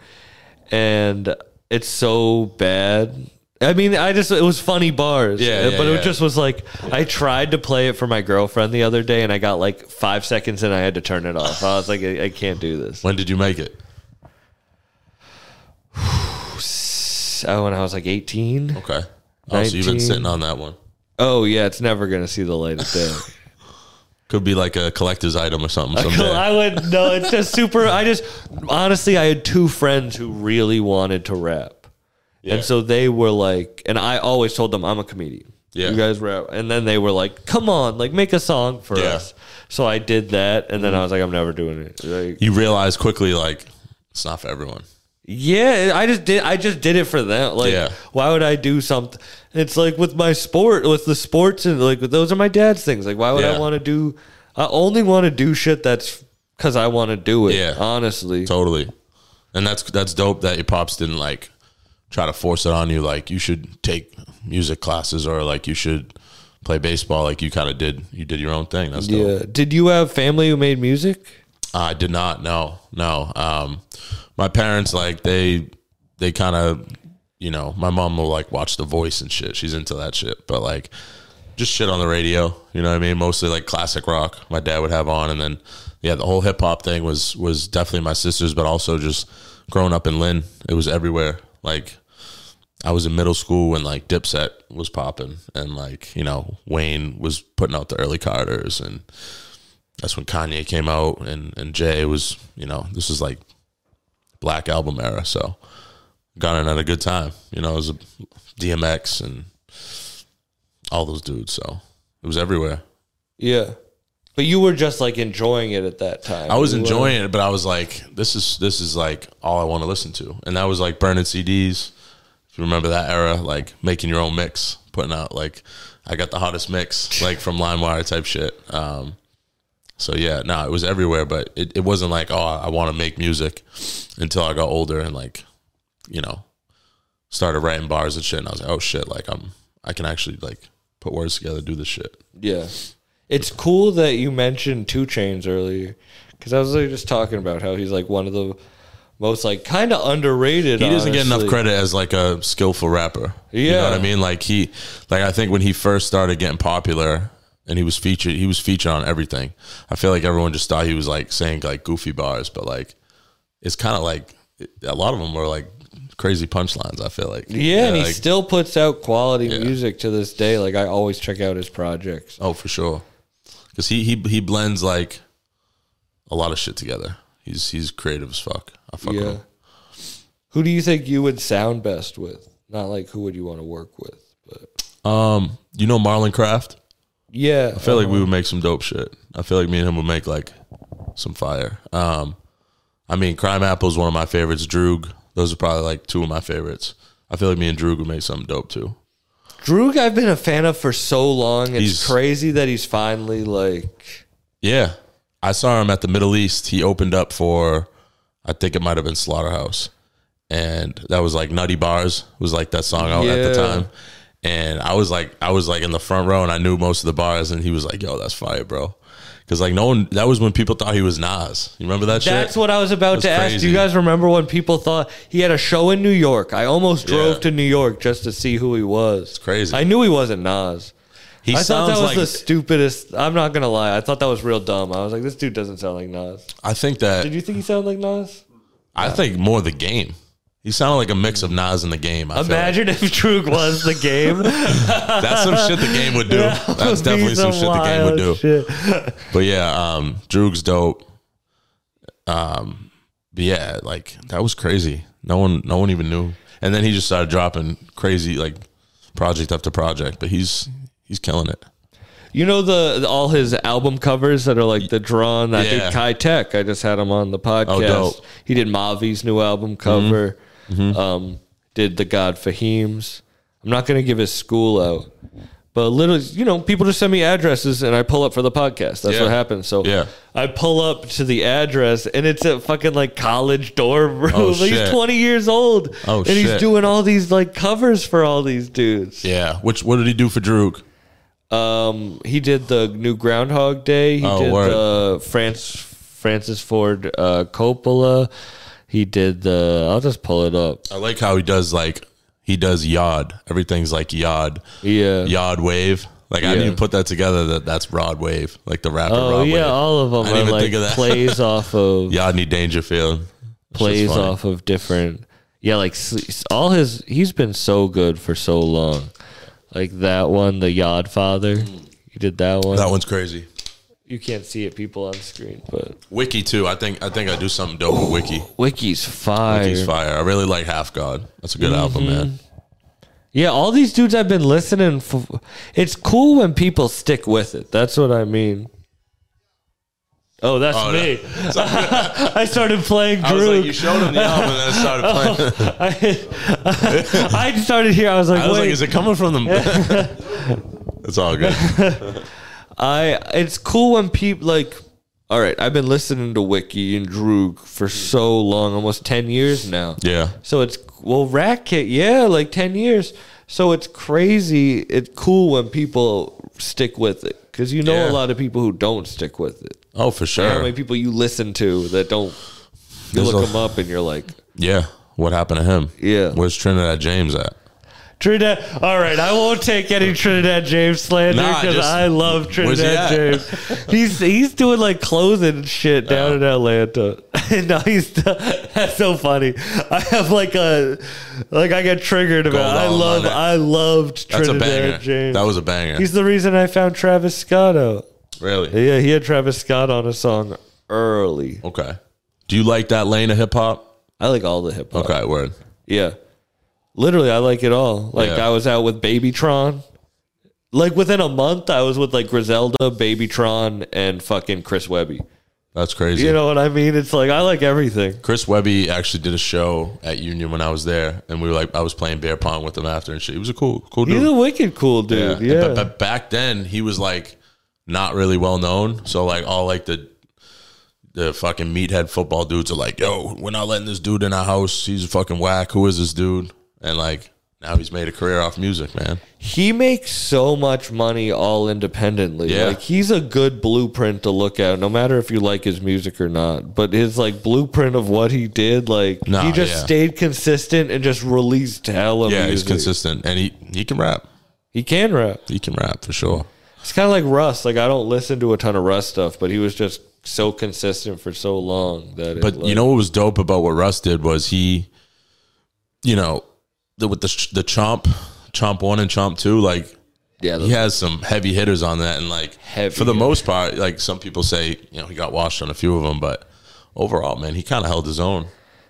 C: and it's so bad. I mean, I just it was funny bars, Uh,
D: Yeah, yeah,
C: but
D: yeah.
C: it just was like I tried to play it for my girlfriend the other day, and I got like five seconds, and I had to turn it off. I was like, I, I can't do this.
D: When did you make it?
C: Oh, when I was like eighteen.
D: Okay. Oh, so you've been
C: 19.
D: sitting on that one.
C: Oh yeah, it's never gonna see the light of day.
D: Could be like a collector's item or something someday.
C: I would no. It's just super. I just honestly, I had two friends who really wanted to rap,
D: Yeah.
C: and so they were like, and I always told them I'm a comedian.
D: Yeah.
C: you guys rap, and then they were like, "Come on, like make a song for
D: Yeah. Mm-hmm.
C: us." So I did that, and then I was like, "I'm never doing it." Like,
D: you realize quickly like it's not for everyone.
C: yeah, I just did. I just did it for them. Like,
D: Yeah.
C: why would I do something? It's like with my sport, with the sports, and like those are my dad's things. Like, why would
D: Yeah.
C: I want to do? I only want to do shit that's because I want to do it.
D: Yeah.
C: honestly.
D: Totally. And that's that's dope that your pops didn't like try to force it on you like you should take music classes or like you should play baseball like you kind of did. You did your own thing. That's dope.
C: Yeah. Did you have family who made music?
D: I did not. No, no. Um, my parents like they they kind of you know my mom will like watch The Voice and shit. She's into that shit, but like just shit on the radio. You know what I mean? Mostly like classic rock. My dad would have on, and then yeah, the whole hip hop thing was was definitely my sister's, but also just growing up in Lynn, it was everywhere. Like I was in middle school when like Dipset was popping, and like you know Wayne was putting out the early Carters, and that's when Kanye came out, and and Jay was you know this was like Black Album era, so got in at a good time. You know, it was a DMX and all those dudes, so it was everywhere.
C: Yeah. But you were just like enjoying it at that time.
D: I was
C: You weren't-
D: enjoying it, but I was like, this is this is like all I want to listen to, and that was like burning CDs. If you remember that era, like making your own mix, putting out like I got the hottest mix, like from LimeWire type shit. Um, so yeah, no, it was everywhere, but it, it wasn't like oh I want to make music until I got older and like you know started writing bars and shit, and I was like oh shit, like I'm I can actually like put words together, do this shit.
C: Yeah. It's cool that you mentioned Two Chains earlier because I was like, just talking about how he's like one of the most like kind of underrated.
D: he doesn't get enough
C: honestly.
D: credit as like a skillful rapper. you know
C: Yeah.
D: what I mean. Like he, like I think when he first started getting popular and he was featured, he was featured on everything. I feel like everyone just thought he was like saying like goofy bars, but like it's kind of like a lot of them were like crazy punchlines. I feel like
C: Yeah, and he
D: like-
C: still puts out quality music to this day. Like I always check out his projects.
D: oh for sure, because he he he blends like a lot of shit together. He's he's creative as fuck. I fuck with
C: Yeah.
D: him.
C: Who do you think you would sound best with? Not like who would you want to work with, but
D: Um, you know Marlon Craft.
C: yeah,
D: I feel like we would make some dope shit. I feel like me and him would make like some fire. Um, I mean, Crime Apple is one of my favorites. Droog, those are probably like two of my favorites. I feel like me and Droog would make something dope too.
C: Droog, I've been a fan of for so long. It's
D: He's-
C: crazy that he's finally like.
D: Yeah, I saw him at the Middle East. He opened up for, I think it might have been Slaughterhouse, and that was like Nutty Bars was like that song out at the
C: Yeah.
D: time. and I was like, I was like in the front row, and I knew most of the bars, and he was like, "Yo, that's fire, bro," because like no one. That was when people thought he was Nas. You remember that?
C: That's
D: shit?
C: what I was about
D: That's
C: to ask. Do
D: crazy.
C: you guys remember when people thought he had a show in New York? I almost drove
D: Yeah.
C: to New York just to see who he was. It's
D: crazy.
C: I knew he wasn't Nas.
D: he
C: I thought
D: sounds
C: that was
D: like.
C: the stupidest. I'm not gonna lie. I thought that was real dumb. I was like, this dude doesn't sound like Nas.
D: I think that
C: Did you think he sounded like Nas?
D: I think more the game. He sounded like a mix of Nas and the game. I feel like.
G: Imagine if Droog was the game.
D: That's some shit the game would do. That's definitely some shit the game would do. But yeah, um, Droog's dope. Um, but yeah, like that was crazy. No one, no one even knew. And then he just started dropping crazy like project after project. But he's he's killing it.
C: You know the, the- all his album covers that are like the drawn. I
D: Yeah. Oh,
C: did Kai Tech. I just had him on the podcast.
D: dope. Mm-hmm.
C: He did Mavi's new album cover. Um, did the God Fahim's. I'm not gonna give his school out, but literally, you know, people just send me addresses and I pull up for the podcast. That's
D: Yeah.
C: what happens. So
D: Yeah.
C: I pull up to the address and it's a fucking like college dorm room.
D: Oh,
C: he's
D: shit.
C: 20 years old.
D: Oh,
C: and he's
D: shit.
C: doing all these like covers for all these dudes.
D: Yeah. Which what did he do for Droog?
C: Um, he did the new Groundhog Day. He
D: Oh,
C: did
D: word.
C: the France Francis Ford uh, Coppola. He did the. I'll just pull it up.
D: I like how he does like he does Yod. Everything's like Yod.
C: Yeah.
D: Yod wave. Like I didn't
C: Yeah.
D: even put that together. That that's Rod Wave, like the rapper.
C: Oh
D: Rod
C: yeah,
D: Wave.
C: all of
D: I
C: them
D: didn't
C: are
D: even
C: like
D: think of that.
C: plays off of
D: Yodney Dangerfield It's just
C: plays
D: funny.
C: off of different. Yeah, like s- all his. He's been so good for so long. Like that one, the Yod Father. He did that one.
D: Mm. That one's crazy.
C: You can't see it, people on screen, but
D: Wiki too. I think I think I do something dope with Wiki.
C: Wiki's fire.
D: Wiki's fire. I really like Half God. That's a good
C: Mm-hmm.
D: album, man.
C: Yeah, all these dudes I've been listening for. It's cool when people stick with it. That's what I mean.
G: Oh, that's
D: Oh,
G: me.
D: no. So, I
G: I started playing
D: was like,
G: Droog.
D: you showed him the album, and then I started playing.
G: I, started here. I was like,
D: I was
G: wait.
D: like, is it coming from them? it's all good.
C: I it's cool when people like. All right, I've been listening to Wiki and Droog for so long, almost ten years now.
D: Yeah,
C: So it's well, Racket, yeah, like ten years. So it's crazy. It's cool when people stick with it because you know
D: Yeah.
C: a lot of people who don't stick with it.
D: oh for
C: You know How
D: sure.
C: many people you listen to that don't? You
D: There's
C: look
D: a-
C: them up and you're like,
D: Yeah, what happened to him?
C: Yeah.
D: where's Trinidad James at?
G: Trinidad. All right, I won't take any Trinidad James slander
D: Nah,
G: because
D: just-
G: I love
D: Where's he
G: Trinidad
D: at? Oh.
G: James. He's he's doing like clothing and shit down in Atlanta. no, he's that's so funny. I have like a like I get triggered about.
D: Gold
G: I
D: on
G: love
D: it.
G: I loved
D: That's a
G: Trinidad
D: banger.
G: James.
D: That was a banger.
G: he's the reason I found Travis Scott out.
D: really
G: Yeah, he had Travis Scott on a song early.
D: okay. Do you like that lane of hip hop?
C: I like all the hip hop.
D: Okay, word.
C: Yeah. Literally, I like it all. Like
D: Yeah.
C: I was out with Babytron. Like within a month, I was with like Griselda, Babytron, and fucking Chris Webby.
D: That's crazy.
G: You know what I mean? It's like I like everything.
D: Chris Webby actually did a show at Union when I was there, and we were like, I was playing beer pong with him after and shit. He was a cool, cool dude.
G: He's a wicked cool dude.
D: And-
G: Yeah.
D: But, but back then, he was like not really well known. So like all like the the fucking meathead football dudes are like, yo, we're not letting this dude in our house. He's a fucking whack. Who is this dude? And like now he's made a career off music, man.
C: He makes so much money all independently.
D: Yeah.
C: Like he's a good blueprint to look at, no matter if you like his music or not. But his like blueprint of what he did, like
D: Nah,
C: he just
D: yeah.
C: stayed consistent and just released hella
D: Yeah, he's
C: music.
D: consistent, and he he can rap.
C: He can rap.
D: He can rap for sure.
C: It's kind of like Russ. Like I don't listen to a ton of Russ stuff, but he was just so consistent for so long that. It,
D: But
C: like-
D: you know what was dope about what Russ did was he, you know, the, with the the chomp, chomp one and chomp two, like
C: yeah,
D: he has some heavy hitters on that, and like
C: Heavy
D: for the
C: hitter.
D: most part, like some people say, you know, he got washed on a few of them, but overall, man, he kind of held his own.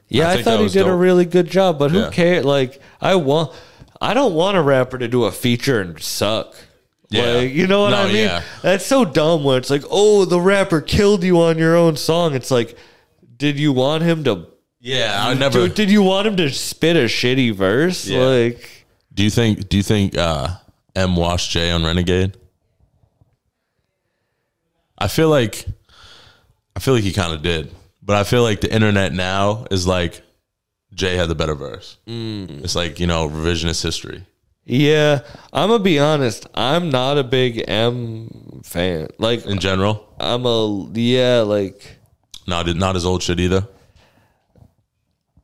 C: yeah.
D: I
C: I,
D: think
C: thought
D: that
C: he
D: was
C: did a
D: dope.
C: really good job, but who
D: Yeah.
C: cares? Like I want, I don't want a rapper to do a feature and suck.
D: Yeah.
C: Like, you know what
D: No,
C: I mean?
D: yeah.
C: That's so dumb. When it's like, oh, the rapper killed you on your own song. It's like, did you want him to?
D: Yeah, I never.
C: Dude, did you want him to spit a shitty verse?
D: Yeah.
C: Like,
D: Do you think? Do you think uh, M washed J on Renegade? I feel like, I feel like he kind of did, but I feel like the internet now is like, Jay had the better verse. It's like you know revisionist history.
C: Yeah, I'm gonna be honest. I'm not a big M fan. Like
D: in general.
C: I'm a yeah, like
D: Not not his old shit either.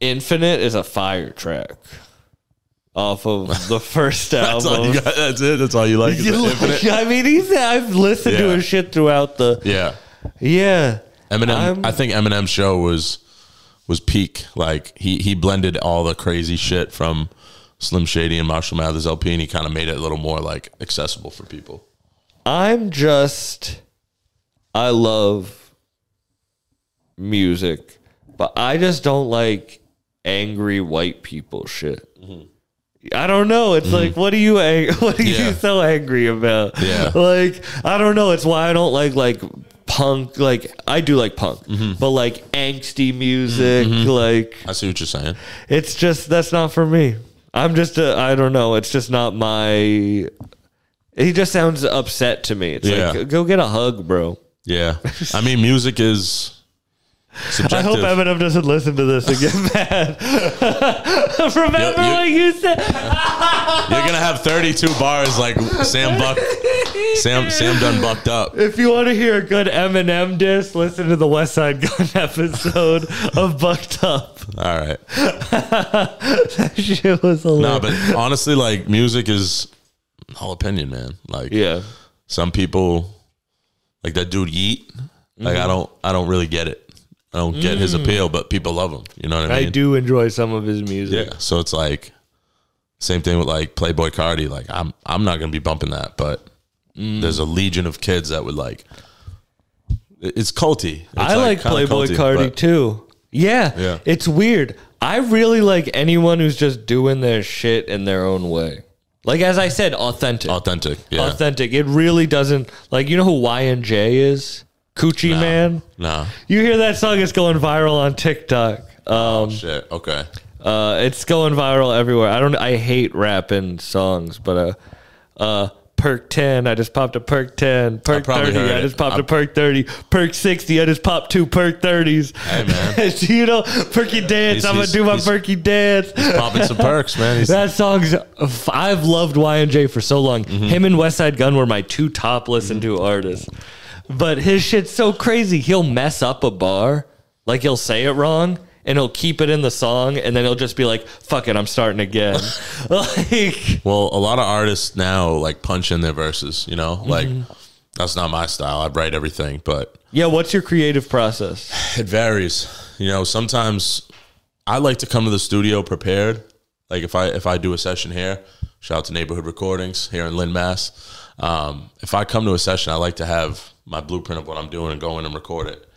C: Infinite is a fire track off of the first
D: That's all
C: album.
D: you got. That's it. That's all you like. is
C: You
D: the
C: like-
D: Infinite.
C: I mean, he's. I've listened to
D: Yeah.
C: his shit throughout the.
D: Yeah.
C: Yeah,
D: Eminem.
C: I'm-
D: i think Eminem's show was was peak. Like he he blended all the crazy shit from Slim Shady and Marshall Mathers LP, and he kind of made it a little more like accessible for people.
C: I'm just. I love music, but I just don't like angry white people shit.
D: Mm-hmm.
C: I don't know. It's like, what are you? Ang- what are
D: Yeah.
C: you so angry about?
D: Yeah.
C: Like, I don't know. It's why I don't like like punk. Like, I do like punk,
D: Mm-hmm.
C: but like angsty music, like
D: I see what you're saying.
C: it's just that's not for me. I'm just a I don't know. It's just not my. He just sounds upset to me. It's
D: Yeah.
C: like go get a hug, bro.
D: Yeah, I mean, music is subjective.
H: I hope Eminem doesn't listen to this and get mad. Remember
D: you-
H: what you said?
D: You're gonna have 32 bars like Sam Buck. Sam Sam done bucked up.
H: If you want to hear a good Eminem diss, listen to the West Side Gun episode of Bucked Up.
D: All right.
H: That shit was
D: No,
H: hilarious.
D: but honestly, like music is all opinion, man. Like
C: Yeah,
D: some people like that dude Yeet. Like
C: Mm-hmm.
D: I don't I don't really get it. I don't get his appeal, but people love him. You know what I
C: Mm. I
D: mean?
C: do enjoy some of his music.
D: Yeah. So it's like same thing with like Playboy Cardi. Like I'm I'm not gonna be bumping that, but
C: Mm.
D: there's a legion of kids that would like. it- It's culty. It's
C: I like,
D: kinda
C: Playboy
D: culty,
C: Cardi
D: but-
C: too. Yeah,
D: Yeah.
C: it's weird. I really like anyone who's just doing their shit in their own way. Like as I said, authentic.
D: Authentic. Oh, Yeah.
C: Authentic. It really doesn't like you know who YNJ is? Coochie Man.
D: Nah.
H: you hear that song? It's going viral on TikTok. Um,
D: Shit. Okay.
C: Uh, it's going viral everywhere. I don't. I hate rapping songs, but uh, uh, perk ten. I just popped a perk ten. Perk
D: probably
C: thirty.
D: heard
C: I
D: it.
C: just popped a
D: I-
C: perk thirty. Perk sixty. I just popped two perk thirties.
D: Hey man.
H: you know, perky dance.
D: He's-
H: I'm gonna
D: he's-
H: do my
D: he's-
H: perky dance.
D: Popping some perks, man. He's,
C: That song's. I've loved YNJ for so long.
D: Mm-hmm.
C: Him and Westside Gun were my two top listened to artists. But his shit's so crazy. He'll mess up a bar, like he'll say it wrong, and he'll keep it in the song, and then he'll just be like, "Fuck it, I'm starting again." like.
D: Well, a lot of artists now like punch in their verses, you know? Like
C: Mm-hmm.
D: that's not my style. I write everything, but
C: Yeah, what's your creative process?
D: it varies. You know, sometimes I like to come to the studio prepared. Like if I if I do a session here, shout out to Neighborhood Recordings here in Lynn, Mass. Um, if I come to a session, I like to have my blueprint of what I'm doing and go in and record it.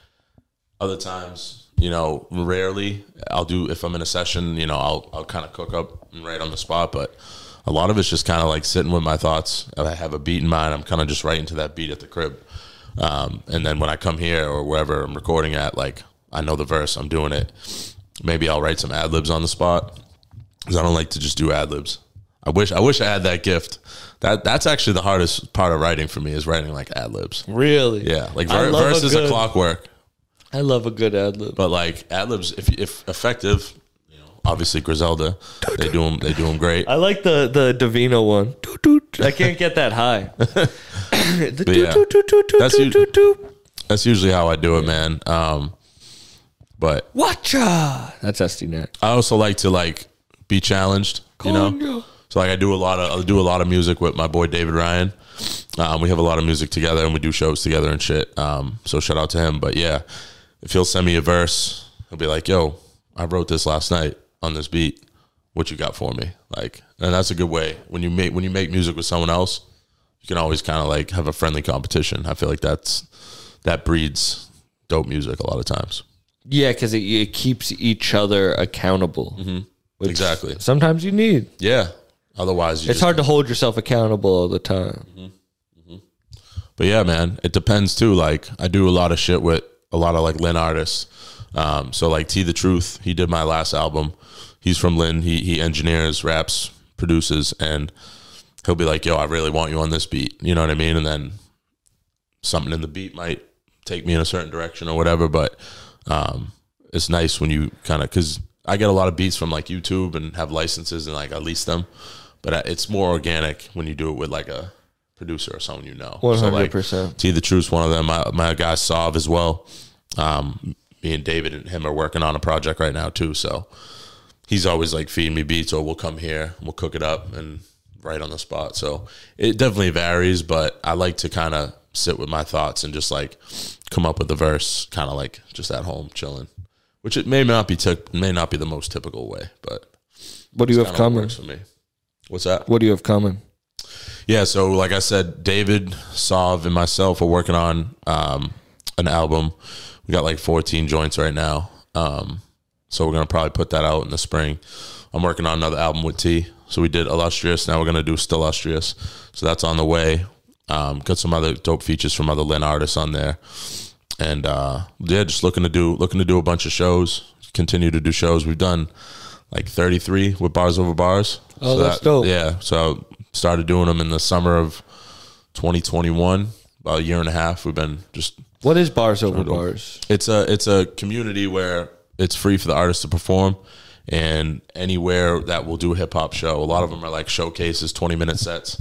D: Other times, you know, rarely I'll do if I'm in a session, you know, I'll I'll kind of cook up and write on the spot, but a lot of it's just kind of like sitting with my thoughts. If I have a beat in mind, I'm kind of just writing to that beat at the crib. Um, and then when I come here or wherever I'm recording at, like I know the verse, I'm doing it. Maybe I'll write some ad libs on the spot because I don't like to just do ad libs. I wish I wish I had that gift. That that's actually the hardest part of writing for me is writing like ad libs.
C: Really?
D: Yeah, like
C: I
D: ver-
C: love a
D: verses
C: good-
D: a clockwork,
C: I love a good ad lib.
D: but like ad libs if if effective, you know, obviously Griselda, they do them they do them great.
C: I like the the Davino one. Toot, toot. I can't get that high. the toot,
D: yeah.
C: toot, toot, toot, toot,
D: That's
C: toot,
D: you-
C: toot, toot.
D: That's usually how I do it, man. Um, but
C: Watcha. That's SD Net.
D: I also like to like be challenged, you know. So like I do a lot of I do a lot of music with my boy David Ryan. Um, we have a lot of music together and we do shows together and shit. Um, so shout out to him. But yeah, if he'll send me a verse, he'll be like, "Yo, I wrote this last night on this beat. What you got for me?" Like, and that's a good way when you make when you make music with someone else, you can always kind of like have a friendly competition. I feel like that's that breeds dope music a lot of times.
C: Yeah, because it, it keeps each other
D: Mm-hmm.
C: accountable. Which
D: Exactly.
C: Sometimes you need.
D: Yeah. Otherwise, you
C: It's
D: just
C: hard to hold yourself accountable all the time.
D: But yeah, man, it depends too. Like I do a lot of shit with a lot of like Lynn artists. Um, so like T the Truth, he did my last album. He's from Lynn. He he engineers, raps, produces, and he'll be like, "Yo, I really want you on this beat." You know what I mean? And then something in the beat might take me in a certain direction or whatever. But um, it's nice when you kind of because I get a lot of beats from like YouTube and have licenses and like I lease them. But I- it's more organic when you do it with like a producer or someone you know. So, like,
A: 100%.
D: T the Truth's one of them. My, my guy Sov as well. Um, me and David and him are working on a project right now too. So he's always like feeding me beats or we'll come here, we'll cook it up and right on the spot. So it definitely varies, but I like to kind of sit with my thoughts and just like come up with a verse kind of like just at home chilling, which it may not be, typ may not be the most typical way, but
A: What do you have
D: kind of
A: coming?
D: works for me. What's that?
A: What do you have coming?
D: Yeah, so like I said, David, Sov, and myself are working on um, an album. We got like 14 joints right now. Um, so we're going to probably put that out in the spring. I'm working on another album with T. So we did Illustrious. Now we're going to do Stillustrious. So that's on the way. Um, got some other dope features from other Lynn artists on there. And uh, yeah, just looking to do looking to do a bunch of shows. Continue to do shows. We've done like 33 with Bars Over Bars.
A: Oh,
D: so
A: that's dope.
D: Yeah, so started doing them in the summer of 2021. About a year and a half, we've been just
A: What is bars over bars?
D: it's a it's a community where it's free for the artists to perform and anywhere that will do a hip hop show. A lot of them are like showcases, 20 minute sets.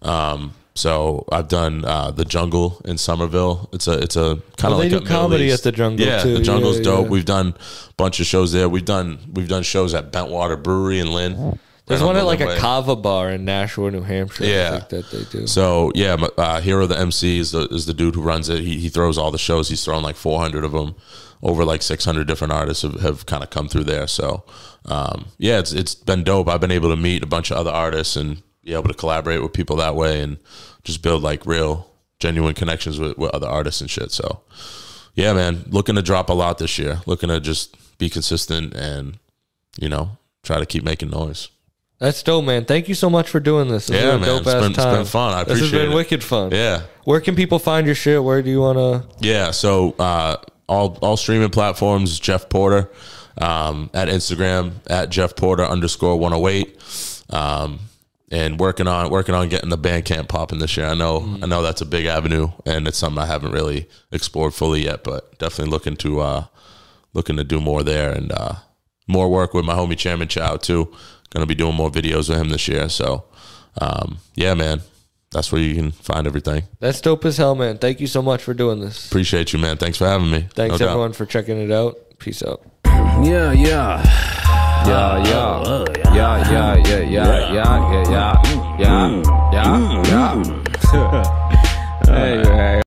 D: Um, so I've done uh, the Jungle in Somerville. It's a it's a
A: Well,
D: kind of
A: they
D: like
A: do
D: a Middle
A: comedy
D: East-
A: at the Jungle,
D: Yeah,
A: too.
D: the Jungle's
A: Yeah,
D: dope.
A: yeah.
D: We've done a bunch of shows there. We've done we've done shows at Bentwater Brewery in Lynn.
A: There's
D: Right
A: one
D: on
A: at like
D: Millen
A: a
D: Way.
A: Cava bar in Nashua, New Hampshire.
D: Yeah.
A: I think that they do.
D: So yeah, my, uh, Hero the MC is the is the dude who runs it. He he throws all the shows. He's thrown like 400 of them. Over like 600 different artists have, have kind of come through there. So um, yeah, it's it's been dope. I've been able to meet a bunch of other artists and be able to collaborate with people that way and just build like real genuine connections with, with other artists and shit. So yeah, man, looking to drop a lot this year. Looking to just be consistent and you know try to keep making noise.
A: That's dope, man. Thank you so much for doing this. This
D: Yeah,
A: has been
D: man.
A: dope
D: It's
A: ass
D: been- it's
A: time.
D: been fun. I
A: This has
D: appreciate
A: been
D: it.
A: wicked fun.
D: Yeah.
A: Where can people find your shit? Where do you wanna
D: Yeah. So uh, all all streaming platforms. Jeff Porter um, at Instagram at Jeff Porter underscore one hundred eight. Um, and working on working on getting the Bandcamp popping this year. I know I know that's a big avenue, and it's something I haven't really explored fully yet. But definitely looking to uh, looking to do more there and uh, more work with my homie Chairman Chow too. Going to be doing more videos with him this year. So um, yeah, man, that's where you can find everything.
A: That's dope as hell, man. Thank you so much for doing this.
D: Appreciate you, man. Thanks for having me.
A: Thanks
D: No doubt.
A: everyone for checking it out. Peace out.
B: Yeah, yeah. Yeah, yeah. Yeah, yeah, yeah, yeah, Mm. yeah, yeah, yeah, yeah, yeah, yeah. Hey, hey,